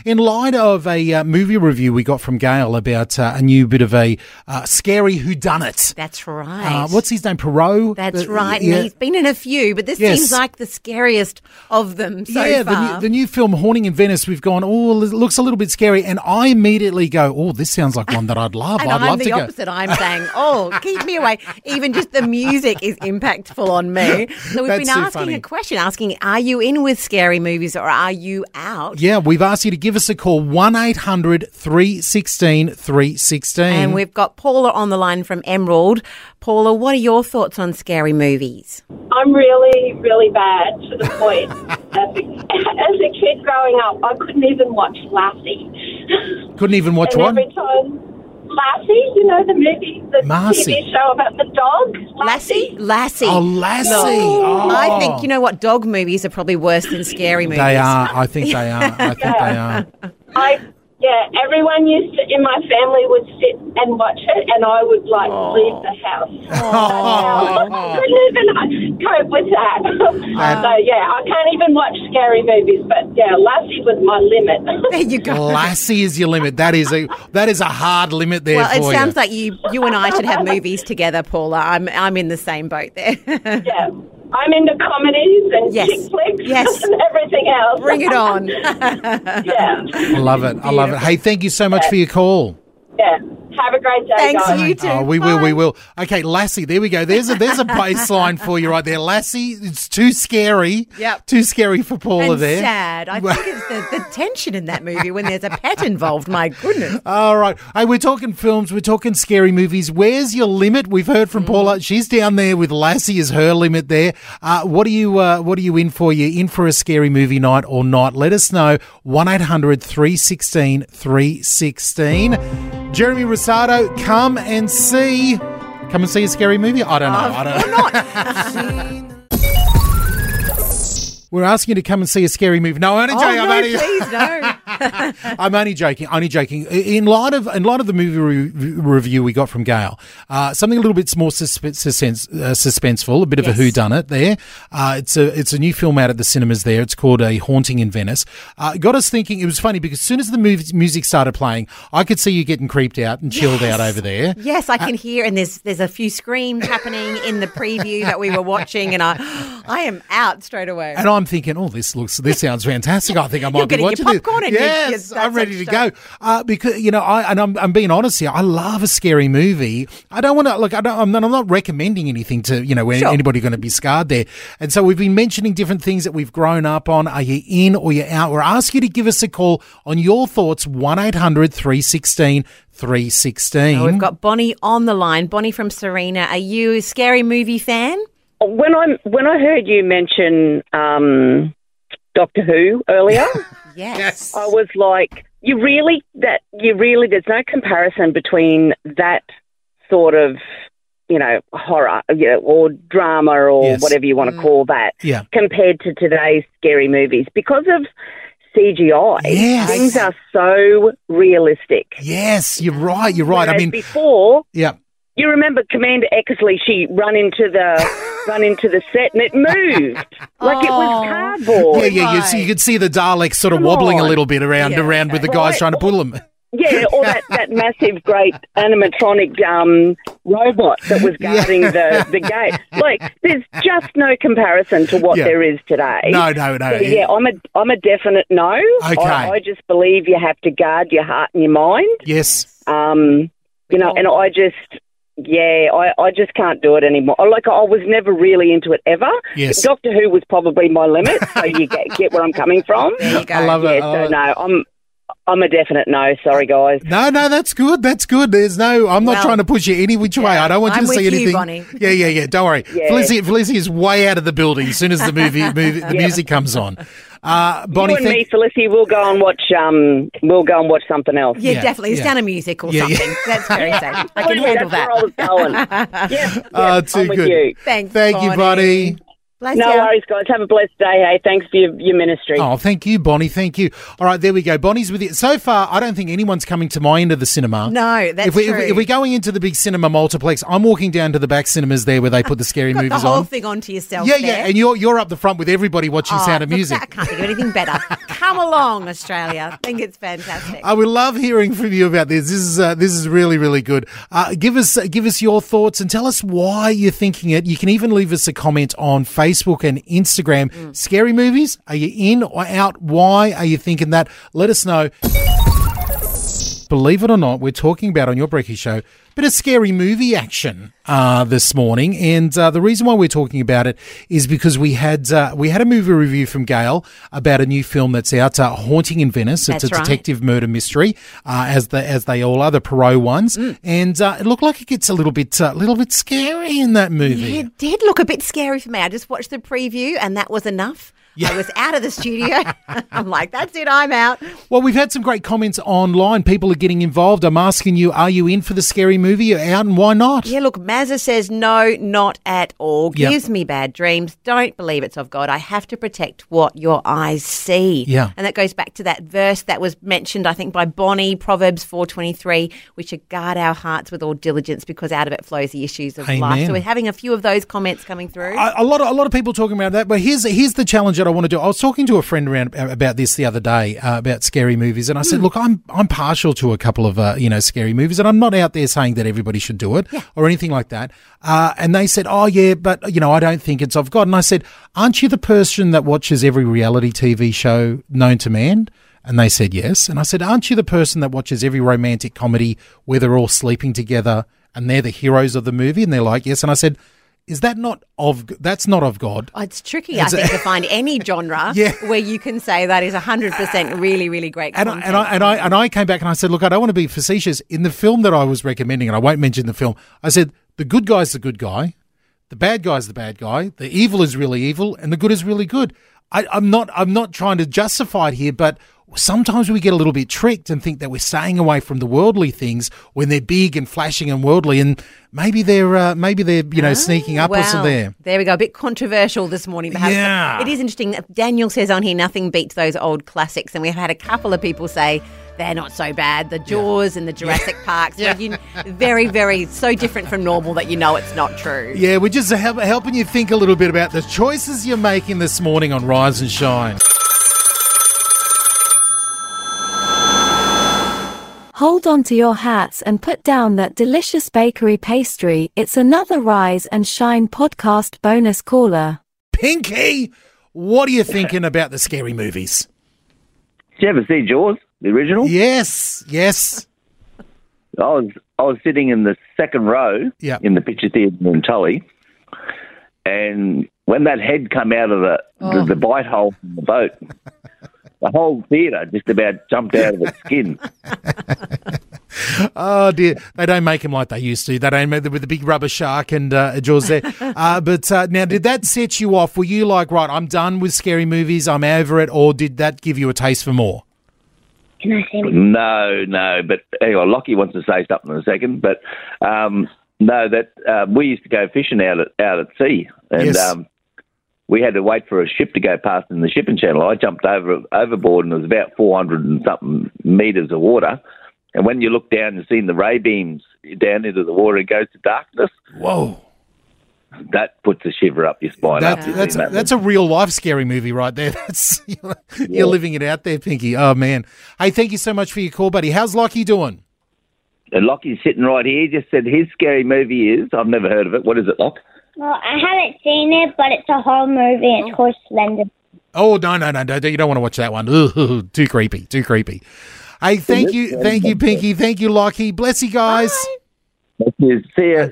In light of a uh, movie review we got from Gail about uh, a new bit of a uh, scary whodunit.
That's right.
Uh, what's his name? Perot.
That's
The-
right.
Uh, yeah.
And he's been in a few, but this
Yes.
seems like the scariest of them so
yeah, the
far.
new, the new film Haunting in Venice. We've gone, oh, it looks a little bit scary, and I immediately go, oh, this sounds like one that I'd love.
and
I'd
I'm
love
the
to go.
opposite. I'm saying, oh, keep me away. Even just the music is impactful on me. So we've
That's
been
so
asking
funny.
a question, asking, are you in with scary movies or are you out?
Yeah, we've asked you to give us a call 1 800 316 316.
And we've got Paula on the line from Emerald. Paula, what are your thoughts on scary movies?
I'm really, really bad to the point. as, a, as a kid growing up, I couldn't even watch Lassie.
Couldn't even watch
and
one.
Every time Lassie, you know the movie, the
Marcy.
TV show about the dog, Lassie.
Lassie.
Oh, Lassie.
Look,
Oh.
I think, you know what, dog movies are probably worse than scary movies.
They are. I think they are. I think they are.
I yeah. Everyone used to in my family would sit and watch it, and I would like leave the house. I couldn't even cope with that. so yeah, I can't even watch scary movies. But yeah, Lassie was my limit.
There you
Lassie is your limit. That is a that is a hard limit there
Well,
for
it
you.
sounds like you you and I should have movies together, Paula. I'm I'm in the same boat there.
yeah. I'm into comedies and
Yes.
chick flicks
Yes.
and everything else.
Bring it on.
yeah.
I love it. I love it. Hey, thank you so much for your call.
Yeah. Have a great day. guys.
Oh, we will. We will. Okay, Lassie. There we go. There's a there's a baseline for you right there, Lassie. It's too scary.
Yep.
Too scary for Paula
and
there.
sad. I think it's the, the tension in that movie when there's a pet involved. My goodness.
All right. Hey, we're talking films. We're talking scary movies. Where's your limit? We've heard from Paula. She's down there with Lassie. Is her limit there? Uh, what are you? Uh, what are you in for? You in for a scary movie night or not? Let us know. One 316 316 Jeremy Rosado, come and see. Come and see a scary movie. I don't know. I don't know. We're asking you to come and see a scary movie. No, only
Oh,
joking. I'm
no,
only-
please, no.
I'm only joking. Only joking. In light of in light of the movie re- review we got from Gail, uh, something a little bit more suspense, suspense, uh, suspenseful, a bit of a who done it there. Uh, it's a it's a new film out at the cinemas there. It's called A Haunting in Venice. Uh, it got us thinking. It was funny because as soon as the mov- music started playing, I could see you getting creeped out and chilled out over there.
Yes, I can hear, and there's there's a few screams happening in the preview that we were watching, and I I am out straight away.
And I'm thinking, oh, this looks, this sounds fantastic. I think I might be
getting your
watching
popcorn
this.
and your- your-
yes,
that
I'm ready to
sort of
go uh, because you know, I and I'm, I'm being honest here. I love a scary movie. I don't want to look. I don't. I'm not, I'm not recommending anything to you know
Sure.
anybody going to be scarred there. And so we've been mentioning different things that we've grown up on. Are you in or you're out? We're asking you to give us a call on your thoughts. One 316 316
Oh, We've got Bonnie on the line. Bonnie from Serena. Are you a scary movie fan?
When I when I heard you mention um, Doctor Who earlier,
Yes.
I was like, you really that you really there's no comparison between that sort of you know horror you know, or drama or
Yes.
whatever you want to call that
Yeah.
compared to today's scary movies because of CGI.
Yes.
Things are so realistic.
Yes, you're right. You're right. I
Whereas
mean,
before
yeah.
you remember Commander Eckersley? She run into the run into the set and it moved like it was cardboard.
Yeah, yeah, yeah. So you could see the Daleks sort of wobbling a little bit around, around with the guys trying to pull them.
Yeah, or that, that massive, great animatronic um, robot that was guarding the, the gate. Like, there's just no comparison to what
Yeah.
there is today.
No, no, no.
So, yeah, I'm a I'm a definite no.
Okay.
I, I just believe you have to guard your heart and your mind.
Yes.
Um, you know, and I just. Yeah, I, I just can't do it anymore. I- Like I was never really into it ever.
Yes.
Doctor Who was probably my limit, so you get, get where I'm coming from.
I love
yeah,
it. I
so
love it.
no, I'm I'm a definite no. Sorry, guys.
No, no, that's good. That's good. There's no. I'm not
Well,
trying to push you any which way. I don't want you
I'm
to see
with you,
anything.
Bonnie.
Yeah, yeah, yeah. Don't worry.
Yeah.
Felicity, Felicity is way out of the building as soon as the movie, movie the
Yeah.
music comes on. Uh, Bonnie,
you and
thank-
me, Felicity, we'll go and watch. Um, we'll go and watch something else.
Yeah, definitely. It's down a music or
Yeah, yeah.
something. That's very safe. I can
Yeah,
handle
that's
that.
where I was going.
Oh,
I'm
too
with
good.
you.
Thanks,
Thank you, Bonnie.
Bless
no
you.
worries, guys. Have a blessed day. Hey, thanks for your, your ministry.
Oh, thank you, Bonnie. Thank you. All right, there we go. Bonnie's with it. So far, I don't think anyone's coming to my end of the cinema.
No, that's
if, we,
true.
if, we, if we're going into the big cinema multiplex, I'm walking down to the back cinemas there where they put the scary
Got the
movies
whole
on.
thing onto yourself.
Yeah,
there.
yeah, and you're you're up the front with everybody watching
Oh,
Sound of
look,
Music.
I can't think of anything better. Come along, Australia. I think it's fantastic.
I would love hearing from you about this. This is uh, this is really really good. Uh, give us give us your thoughts and tell us why you're thinking it. You can even leave us a comment on Facebook and Instagram.
Mm.
Scary movies? Are you in or out? Why are you thinking that? Let us know. Believe it or not, we're talking about on your Brekkie show a bit of scary movie action uh, this morning, and uh, the reason why we're talking about it is because we had uh, we had a movie review from Gail about a new film that's out, uh, Haunting in Venice. It's
That's
a
right.
detective detective murder mystery, uh, as the as they all are, the Perot ones,
Mm.
and uh, it looked like it gets a little bit a little bit scary in that movie.
It did look a bit scary for me. I just watched the preview and that was enough. I was out of the studio. I'm like, that's it, I'm out.
Well, we've had some great comments online. People are getting involved. I'm asking you, are you in for the scary movie? You're out, and why not?
Yeah, look, Mazza says, no, not at all.
Yep.
Gives me bad dreams. Don't believe it's of God. I have to protect what your eyes see.
Yeah.
And that goes back to that verse that was mentioned, I think, by Bonnie, Proverbs 4.23, we should guard our hearts with all diligence because out of it flows the issues of life.
Amen.
So we're having a few of those comments coming through.
A, a lot of a lot of people talking about that, but here's here's the challenge that I want to do. I was talking to a friend around about this the other day uh, about scary movies, and I said,
Hmm.
look, I'm I'm partial to a couple of uh, you know scary movies, and I'm not out there saying that everybody should do it or anything like that. Uh, and they said, oh yeah, but you know I don't think it's of God. And I said, aren't you the person that watches every reality TV show known to man? And they said yes. And I said, aren't you the person that watches every romantic comedy where they're all sleeping together and they're the heroes of the movie? And they're like yes. And I said is that not of that's not of god
Oh, it's tricky,
It's
I
a-
think, to find any genre where you can say that is 100% really, really great
and I,
content.
and I and i and i came back and i said look i don't want to be facetious in the film that i was recommending and i won't mention the film i said the good guy's the good guy the bad guy's the bad guy the evil is really evil and the good is really good I, i'm not i'm not trying to justify it here but sometimes we get a little bit tricked and think that we're staying away from the worldly things when they're big and flashing and worldly and maybe they're uh, maybe they're you know sneaking up or
Oh, Wow.
something there
There we go. A bit controversial this morning, perhaps. but
Yeah.
It is interesting. that Daniel says on here, nothing beats those old classics. And we've had a couple of people say they're not so bad. The Jaws and the Jurassic Parks. Yeah. You, very, very, so different from normal that you know it's not true.
Yeah, we're just help, helping you think a little bit about the choices you're making this morning on Rise and Shine.
Hold on to your hats and put down that delicious bakery pastry. It's another Rise and Shine podcast bonus caller.
Pinky, what are you thinking about the scary movies?
Did you ever see Jaws, the original?
Yes, yes.
I was I was sitting in the second row
Yeah.
in the picture theatre in Tully, and when that head came out of the,
Oh.
the, the bite hole from the boat, the whole theatre just about jumped out of its skin.
Oh dear, they don't make them like they used to. They don't make them with the big rubber shark and uh, Jaws there. Uh, but uh, now, did that set you off? Were you like, right, I'm done with scary movies, I'm over it, or did that give you a taste for more?
Can I say? No, no. But anyway, Lockie wants to say something in a second. But um, no, that um, we used to go fishing out at out at sea, and
Yes.
um, we had to wait for a ship to go past in the shipping channel. I jumped over overboard, and it was about four hundred and something meters of water. And when you look down, you're seeing the ray beams down into the water. It goes to darkness.
Whoa!
That puts a shiver up your spine. after you've
That's
seen
a,
that.
that's a real life scary movie right there. That's you're, you're living it out there, Pinky. Oh man! Hey, thank you so much for your call, buddy. How's Lockie doing?
And Lockie's sitting right here. Just said his scary movie is. I've never heard of it. What is it, Lock?
Well, I haven't seen it, but it's a horror movie. and It's called Slender.
Oh no no no! Don't, you don't want to watch that one. Ugh, too creepy. Too creepy. Hey, thank you, thank you, Pinky. Thank you, Lockie. Bless you guys.
See ya.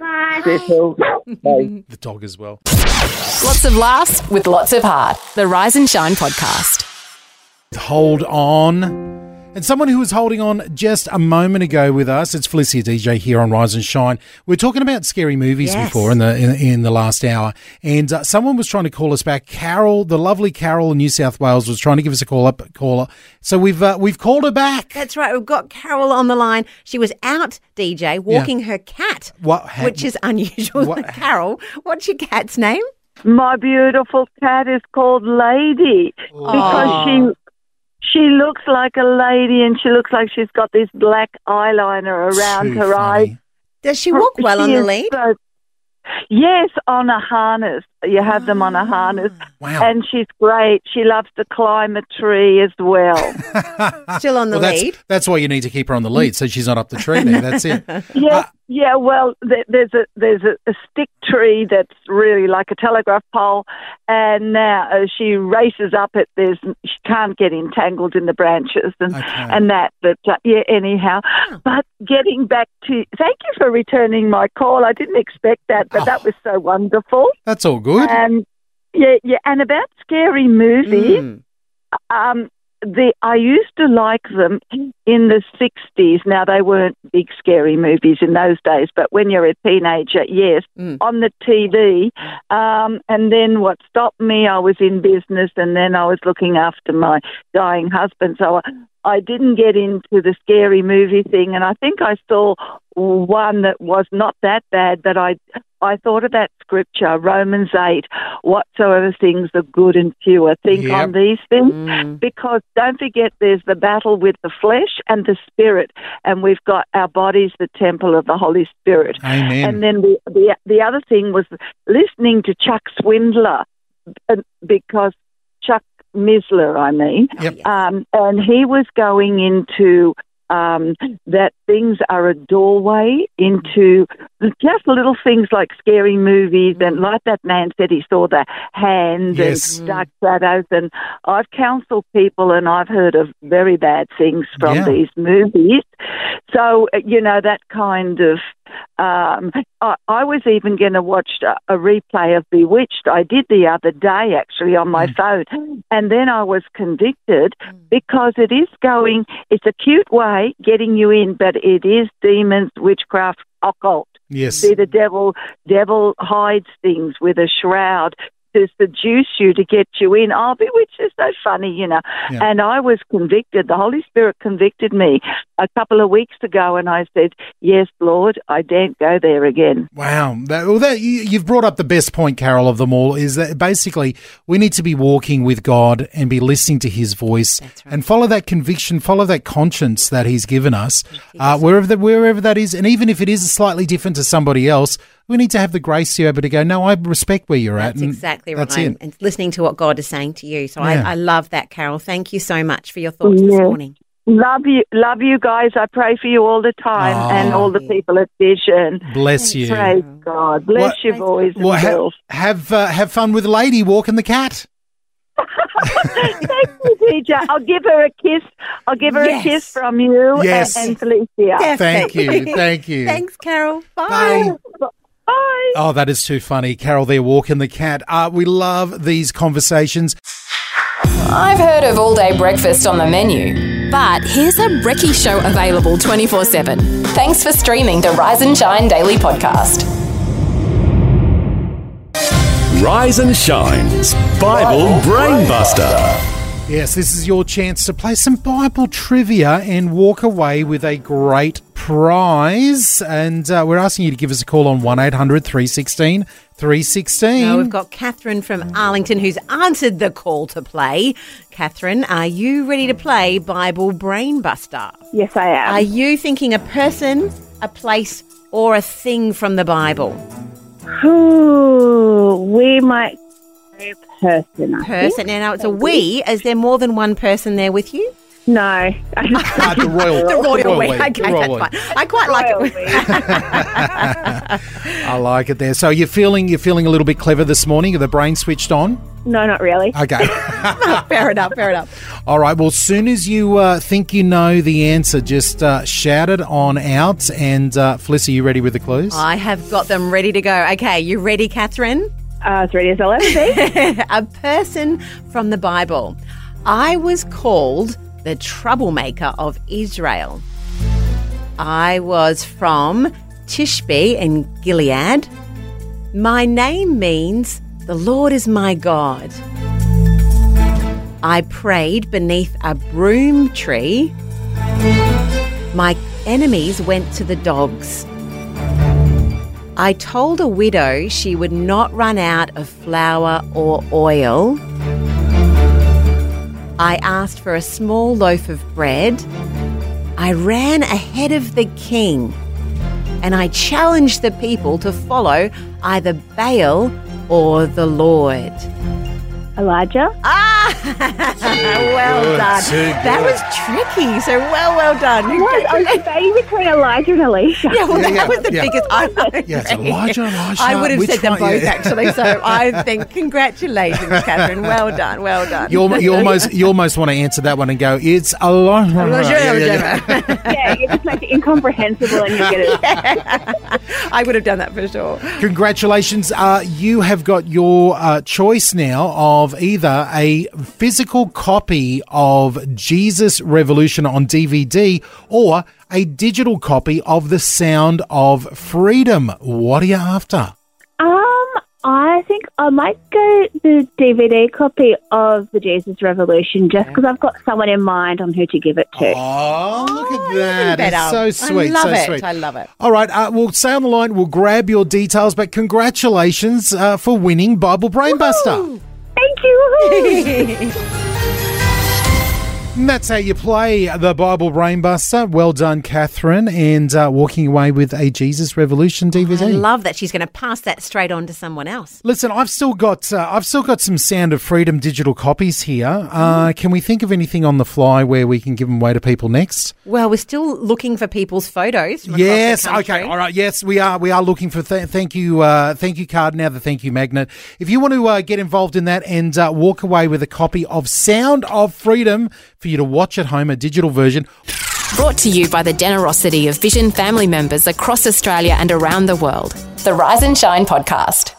The dog as well.
Lots of laughs with lots of heart. The Rise and Shine podcast.
Hold on. And someone who was holding on just a moment ago with us, it's Felicia DJ here on Rise and Shine. We are talking about scary movies
Yes.
before in the in, in the last hour, and uh, someone was trying to call us back. Carol, the lovely Carol in New South Wales, was trying to give us a call up caller. So we've uh, we've called her back.
That's right. We've got Carol on the line. She was out, DJ, walking her cat,
What? ha-
which is unusual. Carol, what's your cat's name?
My beautiful cat is called Lady
Oh.
because she she looks like a lady and she looks like she's got this black eyeliner around
Too
her eyes.
Does she walk well on the
is
lead?
so- yes, on a harness. You have them on a harness.
Ah. Wow.
And she's great. She loves to climb a tree as well.
Still on
Well, that's, that's why you need to keep her on the lead, so she's not up the tree there. That's it. Ah.
Yeah, yeah. Well, th- there's a there's a, a stick tree that's really like a telegraph pole, and now uh, she races up it. There's she can't get entangled in the branches and and that. But uh, yeah, anyhow. But getting back to thank you for returning my call. I didn't expect that, but that was so wonderful.
That's all Oh. good.
And yeah, yeah. And about scary movies
Hmm.
um, the I used to like them in the sixties. Now they weren't big scary movies in those days, but when you're a teenager, yes, on the TV. Um, and then what stopped me? I was in business, and then I was looking after my dying husband, so I, I didn't get into the scary movie thing. And I think I saw one that was not that bad, but I. I thought of that scripture, Romans 8, whatsoever things are good and pure, think
Yep.
on these things because don't forget there's the battle with the flesh and the spirit and we've got our bodies the temple of the holy spirit
Amen.
and then the the, the other thing was listening to chuck swindler uh, because chuck misler i mean
Oh,
um, and he was going into um, that things are a doorway into just little things like scary movies and like that man said he saw the hand
Mm. Yes.
and dark shadows and I've counselled people and I've heard of very bad things from
Yeah.
these movies so uh, you know that kind of um, I, I was even going to watch a, a replay of Bewitched I did the other day actually on my phone and then I was convicted because it is going it's a cute way getting you in but it is demons witchcraft occult
Yes.
See, the devil, devil hides things with a shroud to seduce you to get you in. Oh, bewitched is so funny, you know.
Yeah.
And I was convicted. The Holy Spirit convicted me a couple of weeks ago, and I said, "Yes, Lord, I daren't go there again."
Wow. That, well, that, you, you've brought up the best point, Carol, of them all is that basically we need to be walking with God and be listening to his voice and follow that conviction, follow that conscience that he's given us, uh, wherever, that wherever that is. And even if it is slightly different to somebody else, we need to have the grace to be able to go, no, I respect where you're at.
That's
and
exactly
that's
right.
it.
And listening to what God is saying to you. So
Yeah.
I, I love that, Carol. Thank you so much for your thoughts this
Yeah.
morning.
Love you, love you guys. I pray for you all the time, and all the people at Vision.
Ah. Bless you.
Praise God. Bless
What-
you, boys and
Well, ha-
girls.
have uh, have fun with Lady walking the cat.
Thank you, DJ. I'll give her a kiss. I'll give her
Yes.
a kiss from you and-
Yes.
and, Felicia.
Thank you. Thank you.
Thanks, Carol.
Bye.
Bye.
Oh, that is too funny. Carol there walking the cat. Uh, we love these conversations.
I've heard of all day breakfast on the menu, but here's a brekkie show available 24 7. Thanks for streaming the Rise and Shine Daily Podcast.
Rise and Shine's Bible Brainbuster.
Yes, this is your chance to play some Bible trivia and walk away with a great prize. And uh, we're asking you to give us a call on 1 800 316 316.
Now we've got Catherine from Arlington who's answered the call to play. Catherine, are you ready to play Bible Brainbuster?
Yes, I am.
Are you thinking a person, a place, or a thing from the Bible?
Ooh, we might say person. I think.
Person. Now, now it's a we. Is there more than one person there with you? Ah,
No.
the royal,
the royal,
the royal
we.
we, the
Okay,
royal
that's
we.
fine. I quite like it.
I like it there. So you're feeling you're feeling a little bit clever this morning. Are the brain switched on?
No, not really.
Okay.
fair enough. Fair enough.
All right. Well, soon as you uh, think you know the answer, just uh, shout it on out. And uh, Felicia, you ready with the clues?
I have got them ready to go. Okay, you ready, Catherine?
Uh, as ready as I'll ever
a person from the Bible. I was called the troublemaker of Israel. I was from Tishbe in Gilead. My name means the Lord is my God. I prayed beneath a broom tree. My enemies went to the dogs. I told a widow she would not run out of flour or oil. I asked for a small loaf of bread. I ran ahead of the king and I challenged the people to follow either Baal or the Lord.
Elijah?
Ah! well
good,
done.
too
That
good.
was tricky, so well, well done.
I was, I was debating between Elijah and Alicia. Oh,
Yeah, well, that
Yeah,
was the
yeah.
biggest. I
Yeah, it's Elijah, Elisha,
I would have
which
said them
one?
both
Yeah.
actually. So I think congratulations, Catherine. Well done. Well done.
You, almo- you almost you almost want to answer that one and go, it's a lot. Yeah, yeah, yeah.
yeah, you just make it incomprehensible and you get it.
I would have done that for sure.
Congratulations. Uh, you have got your uh, choice now of either a physical copy of Jesus Revolution on DVD or a digital copy of The Sound of Freedom. What are you after?
Um, I think I might go the DVD copy of the Jesus Revolution just because I've got someone in mind on who to give it to.
Oh, look at that.
better.
It's so
I
sweet.
love
so
it.
sweet.
I
love it.
All right. Uh, we'll stay on the line. We'll grab your details, but congratulations uh, for winning Bible Brainbuster.
Thank you.
And that's how you play the Bible Brainbuster. Well done, Catherine, and uh, walking away with a Jesus Revolution
I
DVD.
love that she's going to pass that straight on to someone else.
Listen, I've still got uh, I've still got some Sound of Freedom digital copies here.
Mm.
Uh, can we think of anything on the fly where we can give them away to people next?
Well, we're still looking for people's photos. From across the
Yes.
country.
Okay. All right. Yes, we are. We are looking for th- thank you, uh, thank you card now. The thank you magnet. If you want to uh, get involved in that and uh, walk away with a copy of Sound of Freedom for you to watch at home, a digital version,
Brought to you by the generosity of Vision family members across Australia and around the world. The Rise and Shine podcast.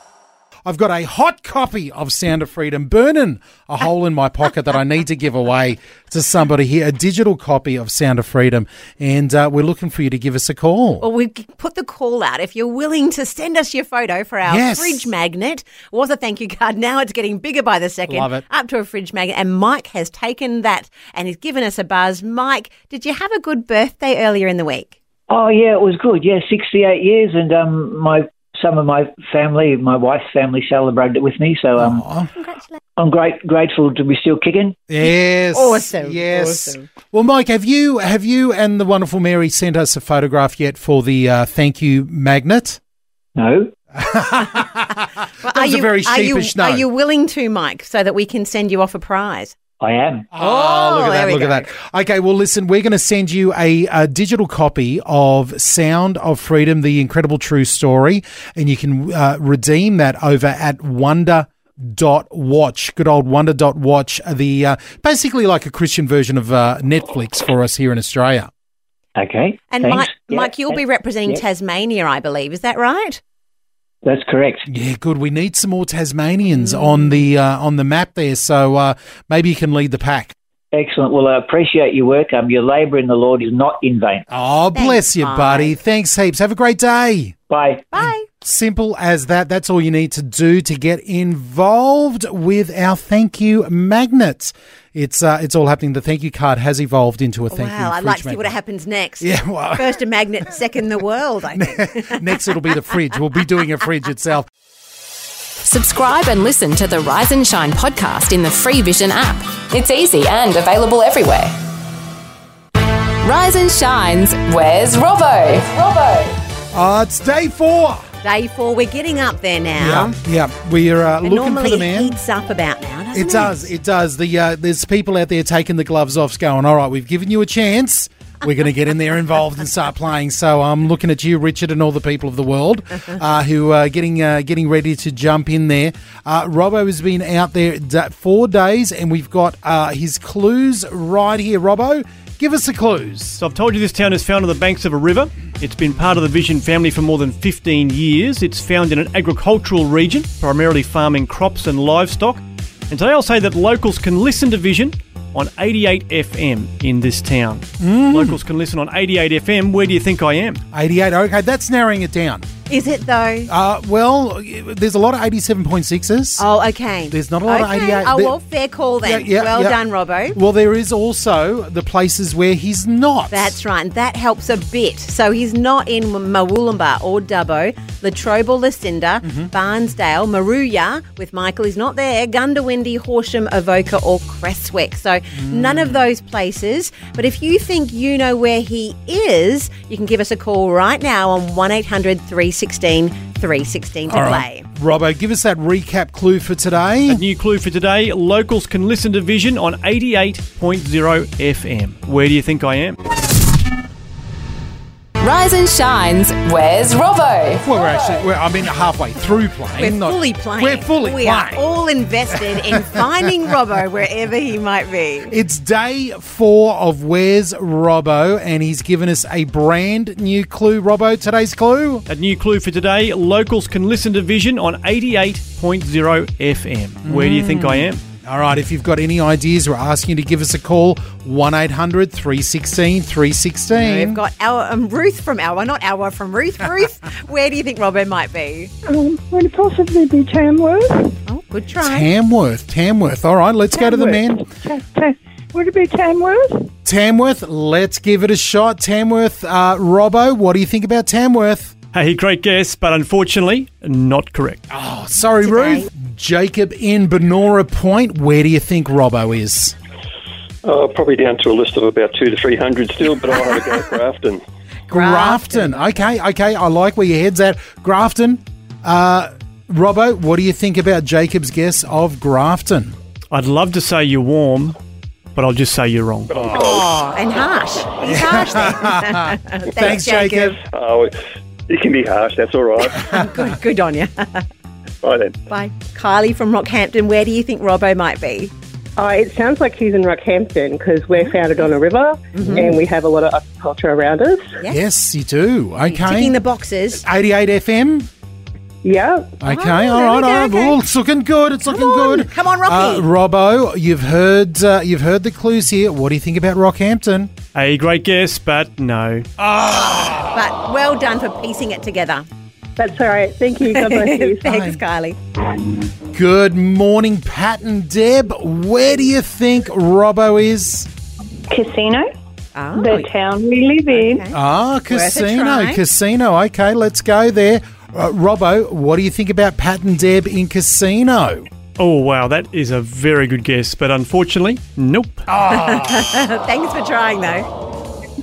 I've got a hot copy of Sound of Freedom burning a hole in my pocket that I need to give away to somebody here. A digital copy of Sound of Freedom, and uh, we're looking for you to give us a call.
Well, we put the call out. If you're willing to send us your photo for our
Yes.
fridge magnet, was a thank you card. Now it's getting bigger by the second.
Love it.
Up to a fridge magnet. And Mike has taken that and he's given us a buzz. Mike, did you have a good birthday earlier in the week?
Oh yeah, it was good. Yeah, sixty-eight years, and um, my some of my family, my wife's family, celebrated it with me. So um, I'm great grateful to be still kicking.
Yes.
Awesome,
Yes.
awesome.
Well, Mike, have you have you and the wonderful Mary sent us a photograph yet for the uh, thank you magnet?
No.
Well,
That was a very
are you,
sheepish no.
Are you willing to, Mike, so that we can send you off a prize?
I am.
Oh, look at
there
that!
we
Look at that! Okay, well, listen, we're going to send you a, a digital copy of "Sound of Freedom: The Incredible True Story," and you can uh, redeem that over at Wonder dot watch good old wonder dot watch the uh, basically like a christian version of uh, netflix for us here in australia
okay
And Mike, Mike, you'll be representing Tasmania, I believe. Is that right?
That's correct.
Yeah, good. We need some more Tasmanians on the uh, on the map there, so uh, maybe you can lead the pack.
Excellent. Well, I appreciate your work. Um, your labour in the Lord is not in vain.
Oh, bless you, buddy. Thanks heaps. Have a great day.
Bye.
Bye.
Simple as that. That's all you need to do to get involved with our thank you magnets. It's uh, it's all happening. The thank you card has evolved into a thank you.
Wow, I'd
fridge
like to see
magnet.
what happens next.
Yeah, well-
First a magnet, second the world, I think.
Next, it'll be the fridge. We'll be doing a fridge itself.
Subscribe and listen to the Rise and Shine podcast in the Free Vision app. It's easy and available everywhere. Rise and Shine's Where's Robbo?
Uh, it's day four.
Day four. We're getting up there now.
Yeah, yeah. We are uh,
And
looking for
normally
the man.
it heats up about now, doesn't it?
It does. It does. The uh, there's people out there taking the gloves off, going, "All right, we've given you a chance. We're going to get in there involved and start playing." So I'm looking at you, Richard, and all the people of the world uh, who are getting uh, getting ready to jump in there. Uh, Robbo has been out there d- four days, and we've got uh, his clues right here. Robbo, give us the clues.
So I've told you this town is found on the banks of a river. It's been part of the Vision family for more than 15 years. It's found in an agricultural region, primarily farming crops and livestock. And today I'll say that locals can listen to Vision on 88 FM in this town.
Mm.
Locals can listen on 88 FM. Where do you think I am?
88. Okay, that's narrowing it down.
Is it though?
Uh, well, there's a lot of 87.6s.
Oh, okay.
There's not a lot
okay.
of 88.
Oh,
There-
well, fair call then.
Yeah, yeah,
well
yeah.
done, Robbo.
Well, there is also the places where he's not.
That's right, and that helps a bit. So he's not in Mawulumba or Dubbo, Latrobe or Lucinda,
Mm-hmm.
Barnsdale, Maruya with Michael, he's not there, Gundawindi, Horsham, Avoca or Crestwick. So
Mm.
none of those places. But if you think you know where he is, you can give us a call right now on 1800 316 316 to
All
play.
right. Robbo, give us that recap clue for today.
A new clue for today locals can listen to Vision on 88.0 FM. Where do you think I am?
Rise and shines. Where's Robbo?
Well, we're actually, we're, I mean, halfway through playing.
We're
not-
fully playing.
We're fully
We are
playing.
all invested in finding Robbo wherever he might be.
It's day four of Where's Robbo, and he's given us a brand new clue. Robbo, today's clue?
A new clue for today locals can listen to Vision on 88.0 FM. Where do you think I am?
Mm. All right, if you've got any ideas, we're asking you to give us a call 1 800 316 316.
We've got our um, Ruth from Alwa, not Alwa from Ruth. Ruth, where do you think Robbo might be?
Um, would it possibly be Tamworth?
Oh, Good try.
Tamworth, Tamworth. All right, let's go to the man.
Ta- ta- would it be Tamworth?
Tamworth, let's give it a shot. Tamworth, uh, Robbo, what do you think about Tamworth?
Hey, great guess, but unfortunately, not correct.
Oh, sorry, Ruth. Jacob in Benora Point, where do you think Robbo is?
Uh, probably down to a list of about two to three hundred still, but I'll have a go at Grafton.
Grafton. Okay, okay. I like where your head's at. Grafton. Uh, Robbo, what do you think about Jacob's guess of Grafton?
I'd love to say you're warm, but I'll just say you're wrong.
Oh, and harsh. He's harsh then.
Thanks, Jacob.
Oh, it can be harsh. That's all right.
Good, good on you.
Bye then.
Bye. Kylie from Rockhampton, where do you think Robbo might be?
Oh, it sounds like he's in Rockhampton because we're founded on a river and we have a lot of aquaculture around us.
Yes, you do. Okay.
Ticking the
boxes.
88 FM.
Yeah.
Okay,
Oh, there we
all right, all
go,
right.
okay.
Well, it's looking good. It's looking good.
Come on,
Uh,
Rocky.
Robbo, you've heard uh, you've heard the clues here. What do you think about Rockhampton?
Hey, great guess, but no.
but well done for piecing it together.
That's all right. Thank you. God bless you.
Thanks, Kylie.
Good morning, Pat and Deb. Where do you think Robbo is?
Casino?
Ah.
The town we live in.
Ah,
Worth a
casino,
try.
casino. Okay, let's go there. Uh, Robbo, what do you think about Pat and Deb in casino?
Oh, wow, that is a very good guess, but unfortunately, nope.
Ah.
Thanks for trying, though.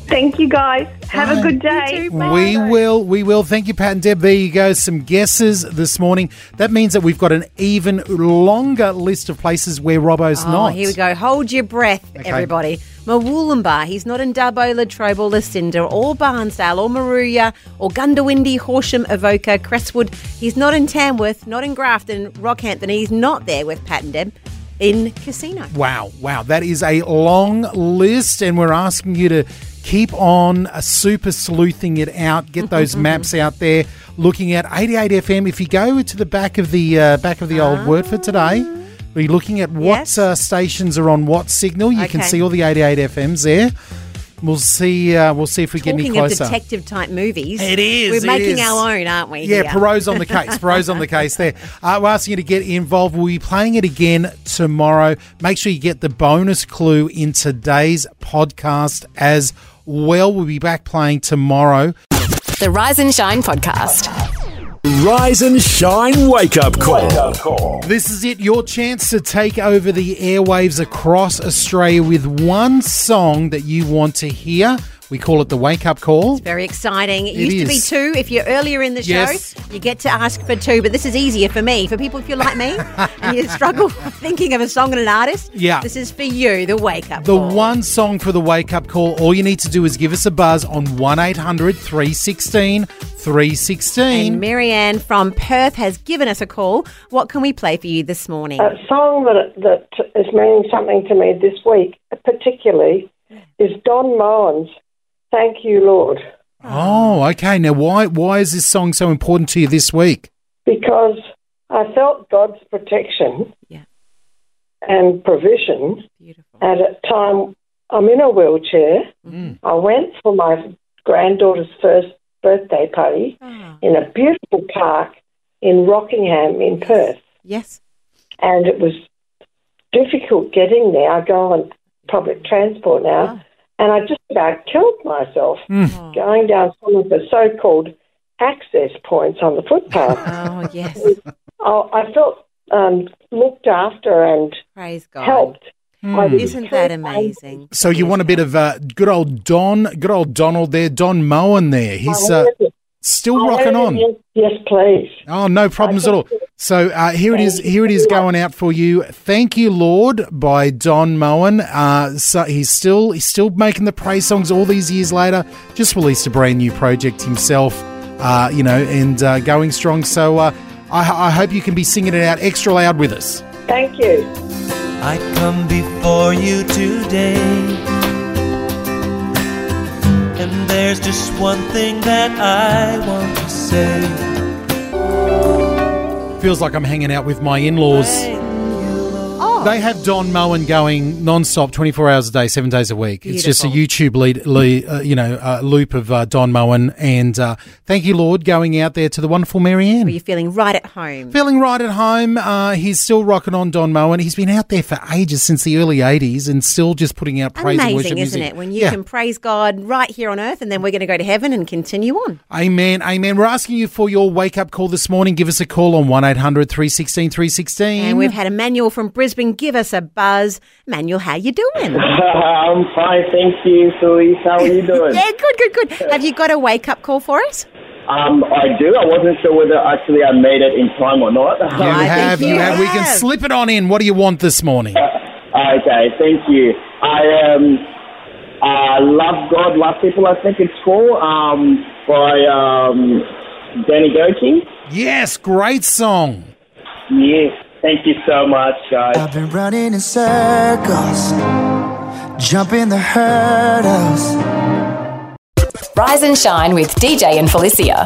Thank you, guys. Have a good day.
We will, we will. Thank you, Pat and Deb. There you go. Some guesses this morning. That means that we've got an even longer list of places where Robbo's
oh,
not.
here we go. Hold your breath, everybody. Mawulumba, he's not in Dubbo, Latrobe, or Lucinda, or Barnsdale, or Maruya, or Gundawindi, Horsham, Evoca, Crestwood. He's not in Tamworth, not in Grafton, Rockhampton. He's not there with Pat and Deb in Casino.
Wow, wow. That is a long list, and we're asking you to keep on uh, super sleuthing it out. Get those maps out there. Looking at 88 FM. If you go to the back of the uh, back of the
Ah.
old word for today, we're looking at what uh, stations are on what signal. You can
Okay.
see all the 88 FMs there. We'll see. Uh, we'll see if we get any
Talking of
closer.
detective type movies,
It is, it
We're making
is.
our own, aren't we?
Yeah,
here?
Perot's on the case. Perot's on the case there. Uh, we're asking you to get involved. We'll be playing it again tomorrow. Make sure you get the bonus clue in today's podcast as well. We'll be back playing tomorrow.
The Rise and Shine podcast.
Rise and shine wake up call.
This is it, your chance to take over the airwaves across Australia with one song that you want to hear. We call it the wake up call.
Very exciting. It,
It
used
is.
to be two. If you're earlier in the show,
Yes.
you get to ask for two, but this is easier for me. For people, if you're like me and you struggle thinking of a song and an artist,
Yeah.
this is for you, the wake up.
The one song for the wake up call, all you need to do is give us a buzz on 1 800 316 316.
And Marianne from Perth has given us a call. What can we play for you this morning?
A song that that is meaning something to me this week, particularly, is Don Moen's "Thank You, Lord,"
Oh, okay. Now, why why is this song so important to you this week?
because I felt God's protection and provision at a time I'm in a wheelchair. I went for my granddaughter's first birthday party in a beautiful park in Rockingham in Perth.
Yes.
And it was difficult getting there. I go on public transport now, and I just about killed myself
Mm. Oh.
going down some of the so called access points on the footpath.
Oh, yes.
I I felt um, looked after and
Praise God. Hmm.
helped. I was
Isn't that amazing?
So you want a bit of uh, good old Don, good old Donald there, Don Moen there. He's uh, still rocking on.
Oh, Yes, please.
Oh, no problems at all. So uh, here it is. Here it is going out for you. Thank you, Lord, by Don Moen. Uh, so he's still he's still making the praise songs all these years later. Just released a brand new project himself. Uh, you know, and uh, going strong. So uh, I, I hope you can be singing it out extra loud with us.
Thank you.
I come before you today. And there's just one thing that I want to say.
Feels like I'm hanging out with my in-laws.
Oh.
They have Don Moen going non-stop, 24 hours a day, seven days a week. It's just a YouTube lead, lead uh, you know, uh, loop of uh, Don Moen. And uh, thank you, Lord, going out there to the wonderful Marianne.
Are you feeling right at home?
Feeling right at home. Uh, he's still rocking on Don Moen. He's been out there for ages since the early 80s and still just putting out praise and worship
Amazing,
music.
isn't it? When you
Yeah.
can praise God right here on earth, and then we're going to go to heaven and continue on.
Amen, amen. We're asking you for your wake up call this morning. Give us a call on 1800 316 316.
And we've had Emmanuel from Brisbane give us a buzz. Emmanuel, how you doing?
I'm fine, thank you, Louise. How are you doing?
yeah, good, good, good. Have you got a wake up call for us?
Um, I do. I wasn't sure whether actually I made it in time or not.
You have, you have. We can slip it on in. What do you want this morning?
Okay, thank you. I um, I love God, love people. I think it's called um, by um, Danny Goki.
Yes, great song.
Yes, thank you so much, guys.
I've been running in circles, jumping the hurdles.
Rise and shine with DJ and Felicia.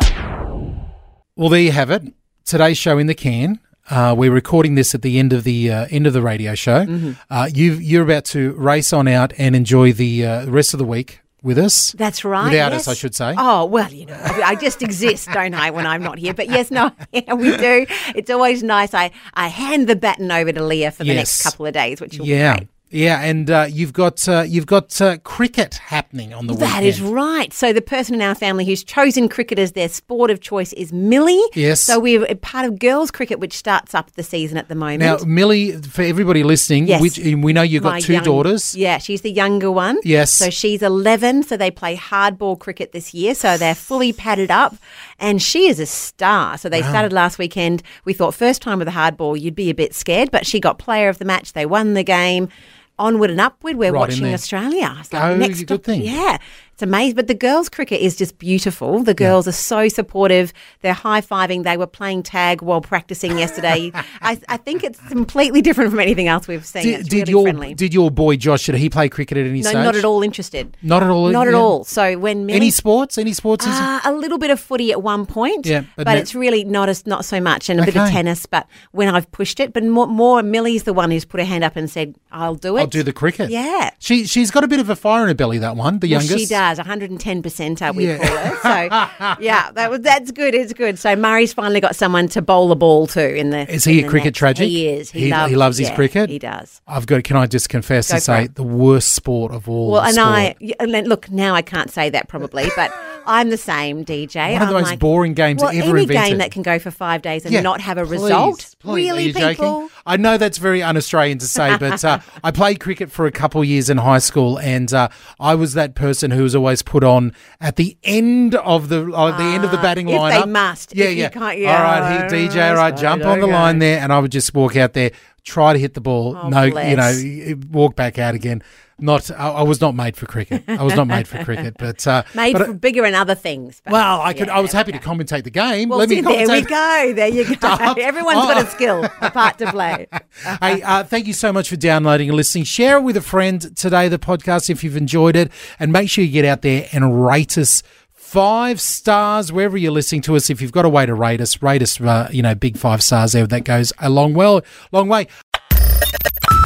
Well, there you have it. Today's show in the can. Uh, we're recording this at the end of the uh, end of the radio show.
Mhm.
Uh, you've, you're about to race on out and enjoy the uh, rest of the week with us.
That's right.
Without
yes.
us, I should say.
Oh, well, you know, I I just exist, don't I, when I'm not here? But yes, no, yeah, we do. It's always nice. I, I hand the baton over to Leah for the next
Yes.
couple of days, which will
yeah, yeah, and uh, you've got uh, you've got uh, cricket happening on the
That
weekend.
is right. So the person in our family who's chosen cricket as their sport of choice is Millie.
Yes.
So we're a part of girls' cricket, which starts up the season at the moment.
now, Millie, for everybody listening,
Yes.
which, we know you've got
My
two
young-
daughters.
Yeah, she's the younger one.
Yes.
So she's 11. So they play hardball cricket this year. So they're fully padded up. And she is a star. So they
Wow.
started last weekend. We thought first time with a hardball, you'd be a bit scared. But she got player of the match. They won the game. Onward and upward. We're
Right in
watching
there. Oh,
Australia. It's
Go,
like next
good
up-
thing.
Yeah. It's amazing. But the girls' cricket is just beautiful. The girls are so supportive. They're high fiving. They were playing tag while practicing yesterday. I, I think it's completely different from anything else we've seen.
Did,
It's
did
really
your
friendly.
did your boy Josh? Did he play cricket at any
No,
stage?
not at all interested.
Not at all.
Not at
yeah.
all. So when Millie,
Any sports? Any sports? is-
Ah, a little bit of footy at one point,
Yeah, but
but,
no-
it's really not as not so much, and a bit of
Okay.
tennis. But when I've pushed it, but more, more Millie's the one who's put her hand up and said, "I'll do it.
I'll do the cricket.
Yeah.
She she's got a bit of a fire in her belly. That one, the
Well,
youngest.
she does 110 percent. We
Yeah.
call her. So yeah, that was that's good. It's good. So Murray's finally got someone to bowl a ball to in the.
Is he
in
a
the
cricket
nets.
tragic?
He is. He,
He- he
loves,
loves his
yeah,
cricket?
He does.
I've got. Can I just confess
Go
and
for
say the worst sport of all?
Well, and
sport.
I y- and then- look now I can't say that probably, but I'm the same DJ.
One of the
I'm
most
like,
boring games
well,
ever
any
invented.
game that can go for five days and
Yeah,
not have a
please,
result.
please, are
really,
you joking?
people?
I know that's very un-Australian to say, but uh, I played cricket for a couple of years in high school, and uh, I was that person who was always put on at the end of the uh, the end of the batting
Ah, if
lineup.
they must.
yeah,
If you
yeah.
can't- yeah.
All right, he, DJ, all right, jump on the
okay.
line there, and I would just walk out there, try to hit the ball,
Oh,
no,
bless.
you know, walk back out again. Not, I, I was not made for cricket. I was not made for cricket, but uh,
Made
but
for bigger and other things. But
well, I could. I was happy to commentate the game.
well,
Let
see,
me
there we
commentate. Oh,
go. There you go. Everyone's got a skill, a part to play.
hey, uh, thank you so much for downloading and listening. Share it with a friend today, the podcast, if you've enjoyed it. And make sure you get out there and rate us five stars wherever you're listening to us. If you've got a way to rate us, rate us, uh, you know, big five stars there. That goes a long, well, long way.